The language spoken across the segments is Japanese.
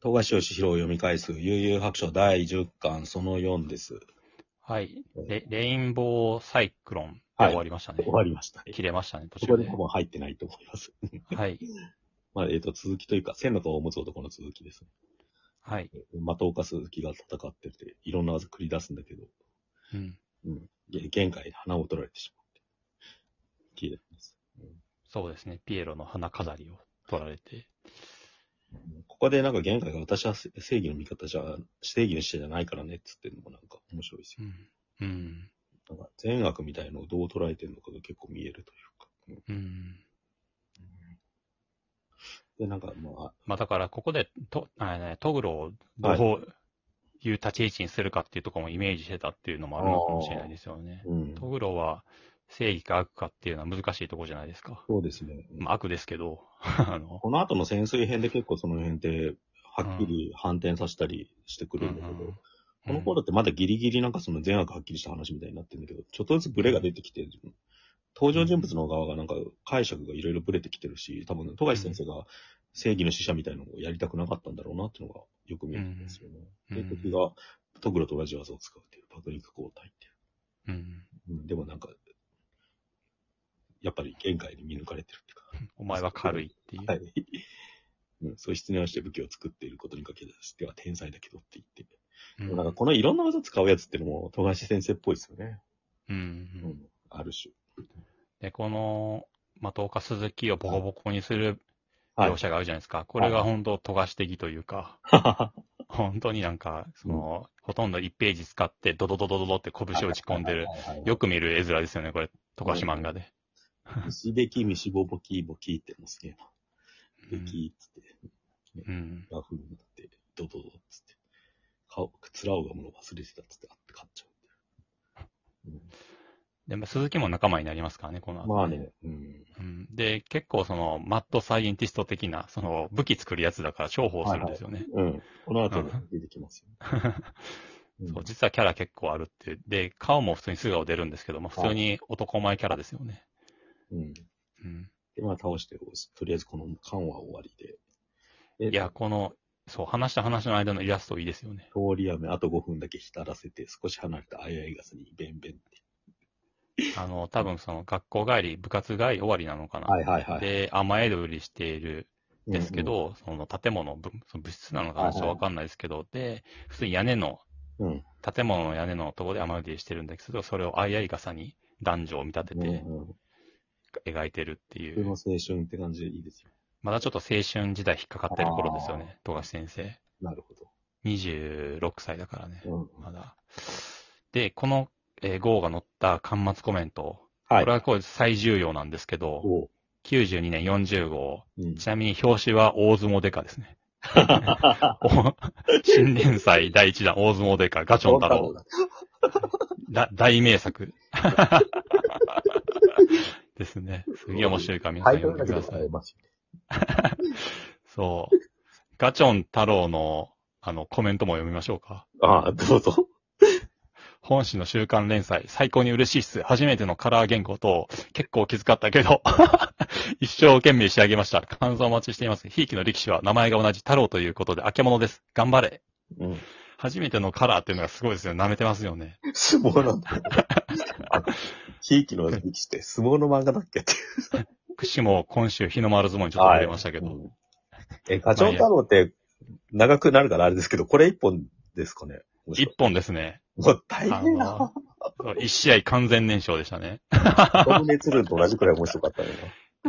富樫義弘を読み返す、悠々白書第10巻、その4です。はい。レレインボーサイクロンはでい終わりましたね。終わりました。切れましたね、途そこ中でで。多分入ってないと思います。はい。まあ、えっ、と、続きというか、千の顔を持つ男の続きですね。はい。的岡鈴木が戦ってて、いろんな技繰り出すんだけど、うん。うん。げ限界で花を取られてしまって。消えてます。そうですね。ピエロの花飾りを取られて。うんここでなんか限界が私は正正義の味方じゃ、正義の使者じゃないからねっつってんのもなんか面白いですよう。ん。うん。なんか善悪みたいのをどう捉えてるのかが結構見えるというか。うんうん。で、なんかまあ、まあだから、ここで、と、あね、トグロをどういう立ち位置にするかっていうところもイメージしてたっていうのもあるのかもしれないですよね。うん。トグロは正義か悪かっていうのは難しいところじゃないですか。そうですね。まあ悪ですけど、 あの、この後の潜水編で結構その辺って、はっきり反転させたりしてくるんだけど、この頃ってまだギリギリなんかその善悪はっきりした話みたいになってるんだけど、ちょっとずつブレが出てきてる。登場人物の側がなんか解釈がいろいろブレてきてるし、多分、富樫先生が正義の使者みたいなのをやりたくなかったんだろうなっていうのがよく見えるんですよね。うんで、うん敵がトグロと同じ技を使うっていうパトリック交代っていう。うん。うん、でもなんか、やっぱり限界に見抜かれてるっていうか。お前は軽いっていう。はい。うん、そう失念をして武器を作っていることにかけしては天才だけどって言って。うんでもなんかこのいろんな技使うやつってのも、富樫先生っぽいですよね。うんううん。ん。ある 種。で、この、的岡鈴木をボコボコにするはい描写があるじゃないですか。これが本当、富樫的というか、本当になんか、その、ほとんど1ページ使って、ドドドドドドって拳を打ち込んでる。はいはいはい。よく見る絵面ですよね、これ、富樫漫画で。西べき、西ぼぼき、ぼきってもうすげえな。うべんきっつって、うん。ラフになって、ドドドっつって。顔、つらをがむの忘れてたっつって、あって買っちゃうっていう。でも、鈴木も仲間になりますからね、こうのん後まあね、うん。うんで、結構その、マッドサイエンティスト的な、その、武器作るやつだから重宝するんですよね。うん。この後出てきますよ。うん そう、実はキャラ結構あるっていう。で、顔も普通に素顔出るんですけど、まあ普通に男前キャラですよね。うん。うん。で、まあ倒して、とりあえずこの缶は終わりで。いや、、この、そう、話と話の間のイラストいいですよね。通り雨、あと5分だけ浸らせて、少し離れたあやいガスにベンベンって。あの、多分その、学校帰り、部活帰り終わりなのかな。いはいは。で、雨宿りしているんですけうんど、その建物、ぶその物質なのかなちょっとわかんないですけど、で、普通に屋根の、うん、うん。建物の屋根のところで雨宿りしてるんですけど、それをあいあい傘に男女を見立ててうんうん描いてるってい普通のう、青春って感じでいいですよ。まだちょっと青春時代引っかかってる頃ですよね、富樫先生。なるほ26歳だからね、ど。うん。まだ。で、この、えー、号が載った端末コメント、はこれい。はこう最重要なんですけど、おう。 92年40号、うん。ちなみに表紙は大相撲デカですね。 お新年祭第1弾大相撲デカ、ガチョン太郎。だ。だ大名作。 ですね。すげえ面白いから皆さタんイト読ルんでだくけだで買さいえ。ますよ。そう。ガチョン太郎の、あの、コメントも読みましょうか。ああ、どうぞ。本誌の週刊連載、最高に嬉しいっす。初めてのカラー原稿と、結構気遣ったけど、 一生懸命仕上げました。感想お待ちしています。ひいきの力士は名前が同じ太郎ということで、明け物です。頑張れ。うん。初めてのカラーっていうのがすごいですよ。舐めてますよね。相撲なん だ。あひいきの力士って相撲の漫画だっけっていう。くしも今週日の丸相撲にちょっと触れましたけど。うんえ、課長太郎って長くなるからあれですけど、これ一本ですかね。一本ですね。もう大あ変なの。、そう一試合完全燃焼でしたね。トムネツルンと同じくらい面白かったよね。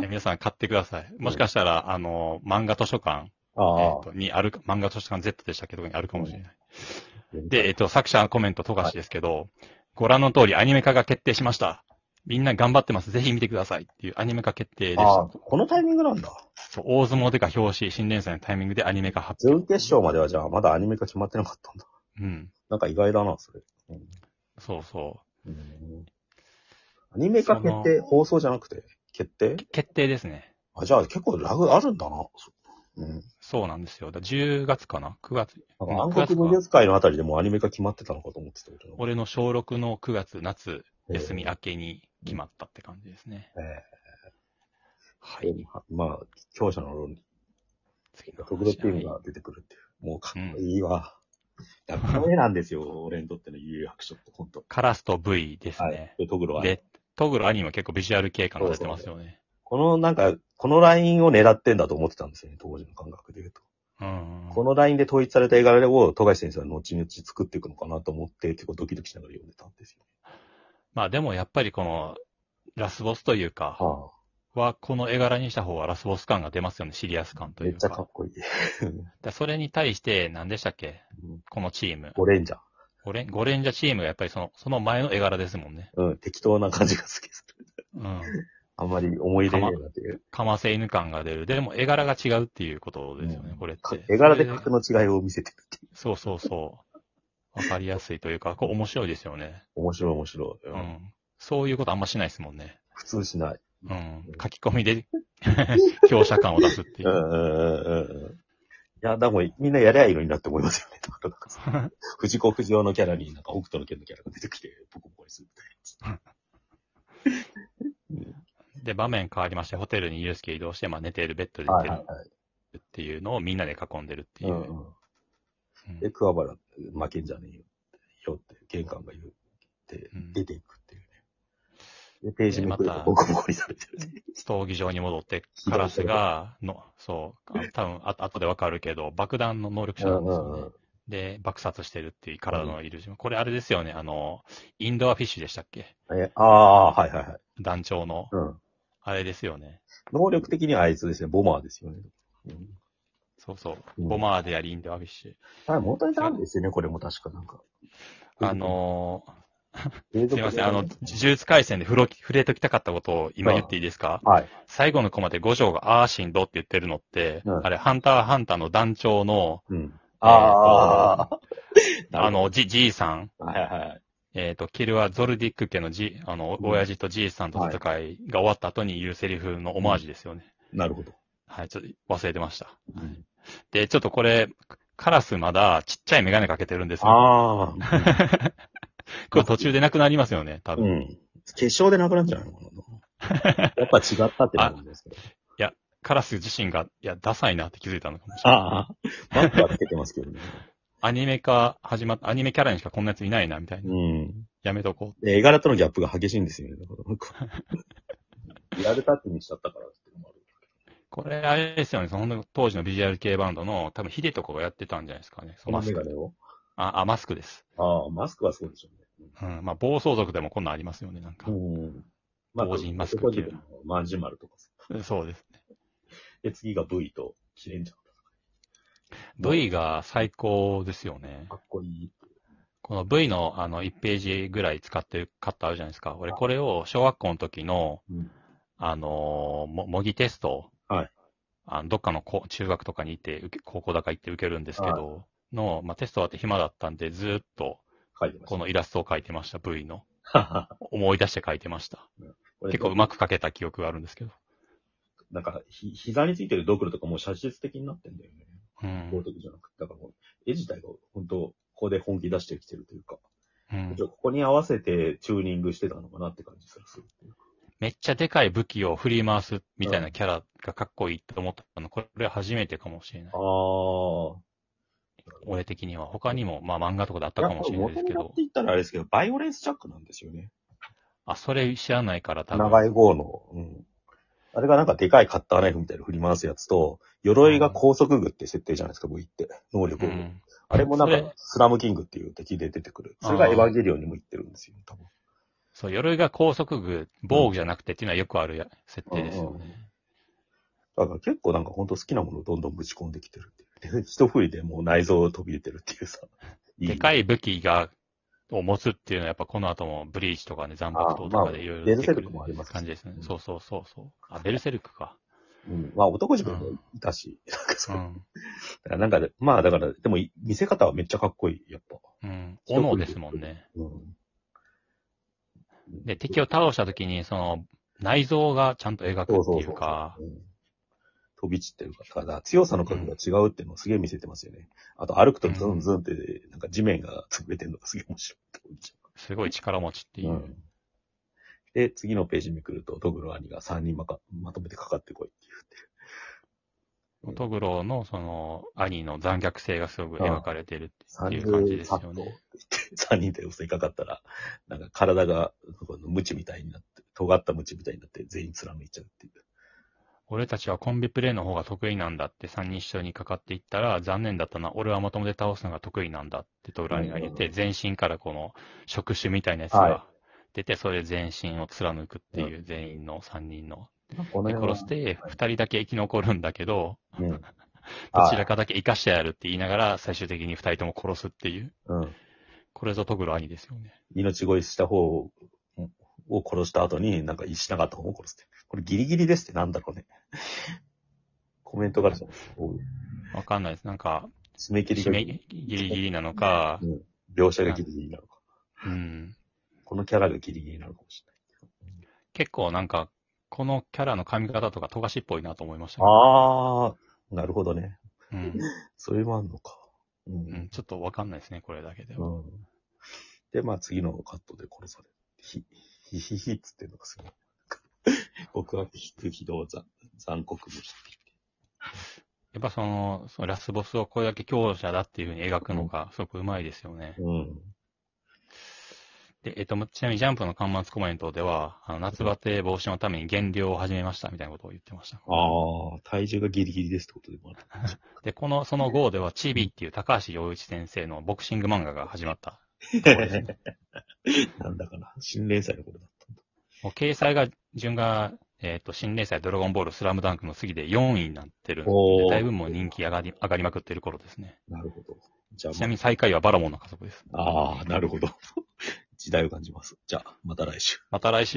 え皆さん買ってください。もしかしたら、あの、漫画図書館、えあーとにあるか、漫画図書館 Z でしたっけど、にあるかもしれない。あ。で、えっ、と、作者のコメント、富樫ですけど、ご覧の通りアニメ化が決定しました。みんな頑張ってます。ぜひ見てください。っていうアニメ化決定でああ、しこのタイミングなんだ。た。そう、大相撲でか表紙、新連載のタイミングでアニメ化発準決勝まではじゃあまだアニメ化決まってなかったんだ。表。うん。なんか意外だな、それ。うんそうそうんアニメ化決定、放送じゃなくて、決定う。決定ですね。あ、じゃあ結構ラグあるんだな。うん。そうなんですよ。だ10月かな ?9 月。うんなんか暗黒武術界のあたりでもうアニメ化決まってたのかと思ってたけど。俺の小6の9月、夏、休みえ明けに決まったって感じですね。えはええい。まあ、強者の論理、次の特別話。チームはいが出てくるっていう。もうかっこいいわ。だからこれなんですよ、俺にとっての有白書って、ほんと。カラスと V ですはいね。。で、トグロは、で、トグロ兄も結構ビジュアル系感出してますよね。このなんか、このラインを狙ってんだと思ってたんですよね、当時の感覚で言うと。うん。このラインで統一された絵柄を、富樫先生は後々作っていくのかなと思って、結構ドキドキしながら読んでたんですよ。まあでもやっぱりこの、ラスボスというか、はは、この絵柄にした方がラスボス感が出ますよね、シリアス感あ、といめっうちゃかかっ。こいい。だそれに対して、何でしたっけうんこのチーム。オレンジャー。ゴレン、ゴレンジャチームがやっぱりその、その前の絵柄ですもんね。うん、適当な感じが好きです。うん。あんまり思い出ねえなっていう。かませ犬感が出る。でも絵柄が違うっていうことですよね、うんこれっかて。絵柄でそれ格の違いを見せてるっていう。そうそうそう。わかりやすいというか、こう面白いですよね。面白い面白い。ううんん。そういうことあんましないですもんね。普通しない。うん。書き込みで 描写感を出すっていうんうう。んうんうんうん。いや、でもみんなやりゃいいのになって思いますよね。だ からなんかさ藤子不二雄のキャラになんか北斗の剣のキャラが出てきて、ボコボコにするみたいな。で、場面変わりまして、ホテルにユースケ移動して、まあ寝ている、ベッドでは寝いてはいるはい。っていうのをみんなで囲んでるっていうう。んうん、うんで、桑原、負けんじゃねえよよって、玄関が言うってうん、出ていくっていうね。で、ページめくるでまとたボコボコにされてるね。闘技場に戻って、カラスが、の、そう、あ多分あ後でわかるけど、爆弾の能力者なんですよね。で、爆殺してるっていう体のいる人。これあれですよね、あの、インドアフィッシュでしたっけうんうん。え、ああー、はいはいはい。団長の、うん。あれですよね。能力的にはあいつですね、ボマーですよね。うん。そうそう。うんボマーであり、インドアフィッシュ。あ、元ネタなんですよね、これも確かなんか。あの継続ー、すい的まに、せん、あの、呪術回戦で触れ触れときたかったことを今言っていいですかはい。最後のコマで五条が、あーしんどって言ってるのって、うんあれ、ハンターハンターの団長の、うん。あああ。あ、の、じ、じいさん、はいはい。えっ、と、キルはゾルディック家のじ、あの、うん親父とじいさんと戦いが終わった後に言うセリフのオマージュですよね。なるほど。はい、ちょっと忘れてました。で、ちょっとこれ、カラスまだちっちゃいメガネかけてるんですよ。ああ。これ途中でなくなりますよね、多う分。いん。決勝でなくなっちゃうの かな。やっぱ違ったってなるんですけど。カラス自身が、いや、ダサいなって気づいたのかもしれない。ああ。バックはつけてますけどね。アニメ化始まった、アニメキャラにしかこんなやついないな、みたいな。うん。やめとこで絵柄とのギャップが激しいんですよね。だからなんか リアルタッチにしちゃったからっていうのもある。う。これ、あれですよね、その当時のビジュアル系バンドの、多分ヒデとかがやってたんじゃないですかね。そこののマスメガク。ネをあ、あ、マスクです。ああ、マスクはそうでしょうね。うん、まあ、暴走族でもこんなんありますよね、なんか。うん。同時にマスク個人のマンジュマルとかさ。そうですね。で、次が V とキレンジャー。 V が最高ですよねか。っこいい。この V のあの1ページぐらい使ってるカットあるじゃないですか。俺これを小学校の時の、うんあのーも、模擬テスト、はいあのどっかのこ中学とかに行って受け、高校だか行って受けるんですけど、の、まあ、テスト終わって暇だったんで、ずーっと書いてました。このイラストを描いてました、V の。こ思い出して描いてました。れ結構うまく描けた記憶があるんですけど。なんか、ひ、膝についてるドクロとかもう写実的になってんだよね。う法ん。的じゃなくて、だからもう、絵自体が本当、ここで本気出してきてるというか、うんちょここに合わせてチューニングしてたのかなって感じする。めっちゃでかい武器を振り回すみたいなキャラがかっこいいと思ったの、これ初めてかもしれない。あ俺的には。他にも、まあ漫画とかであったかもしれないですけ元ネタっどて。言ったらあれですけど、バイオレンスジャックなんですよね。あ、それ知らないから多分。長い号の。うん。あれがなんかでかいカッターナイフみたいなの振り回すやつと、鎧が高速具って設定じゃないですか、V って。能力うを。ん。あれもなんそれか、スラムキングっていう敵で出てくる。それがエヴァンゲリオンにも言ってるんですよ、多分。そう、鎧が高速具、防具じゃなくてっていうのはよくあるや設定ですようんうんね。だから結構なんか本当好きなものをどんどんぶち込んできてるっていう。で一振りでもう内臓を飛び出てるっていうさ。でかいい武器が、を持つっていうのはやっぱこの後もブリーチとかね、残白刀とかでいろいろベルセルクもありますし感じですねう。んそうそうそうそう。あ、ベルセルクか。い。うん。まあ男塾もいたし、なんかうそう。ん。だからなんかで、まあだから、でもい見せ方はめっちゃかっこいい、やっぱ。うん。斧ですもんね。うん。で、敵を倒した時に、その、内臓がちゃんと描くそうってそういそうか、う。うん飛び散ってるから、だから強さの角度が違うっていうのをすげえ見せてますよね。あと歩くとズンズンって、なんか地面が潰れてるのがすげえ面白いって思っちゃう。すごい力持ちっていう。うんで、次のページめくると、トグロ兄が3人まかまとめてかかってこいって言って。うん乙黒のその兄の残虐性がすごく描かれてるっていう感じですよね。三人で襲いかかったら、なんか体が、このムチみたいになって、尖ったムチみたいになって、全員貫いちゃうっていう。俺たちはコンビプレイの方が得意なんだって3人一緒にかかっていったら、残念だったな、俺はまともで倒すのが得意なんだってトウラにあげて、うん全身からこの触手みたいなやつはいが出て、それで全身を貫くっていう全員の3人の。こで、殺して2人だけ生き残るんだけど、うん。どちらかだけ生かしてやるって言いながら、最終的に2人とも殺すっていう。うん。これぞトグロ兄ですよね。命乞いした方をを殺した後に、なんかしなかった方を殺すって。これギリギリですってなんだろうね。コメントがあるじゃないですかこういうわかんないです。なんか、締め切り締がめギリギリなのか、描写がギリギリなのか。うん。このキャラがギリギリなのかもしれない。結構なんか、このキャラの髪型とか、富樫っぽいなと思いましたね、あー、なるほどね。うん。それもあんのか。ううん、ん。ちょっとわかんないですね、これだけでうは。ん、で、まあ次のカットで殺される。ひ、ひひひっつってんのがすごい。 僕はひくひど残残酷無視。やっぱその、そのラスボスをこれだけ強者だっていうふうに描くのが、すごくうまいですよね。うん。で、えっと、ちなみにジャンプの巻末コメントでは、あの夏バテ防止のために減量を始めました、みたいなことを言ってました。ああ、体重がギリギリですってことでもある。で、この、その号では、チビっていう高橋洋一先生のボクシング漫画が始 まったところですね。なんだかな。新連載の頃だったんだ。もう掲載が、順が、えっ、と、新連載ドラゴンボール、スラムダンクの次で4位になってるんでおーだいぶもう人気上がり、上がりまくってる頃ですね。なるほど。じゃあ、ちなみに最下位はバラモンの家族です。 まあ、ああ、なるほど。時代を感じます。じゃあ、また来週。また来週。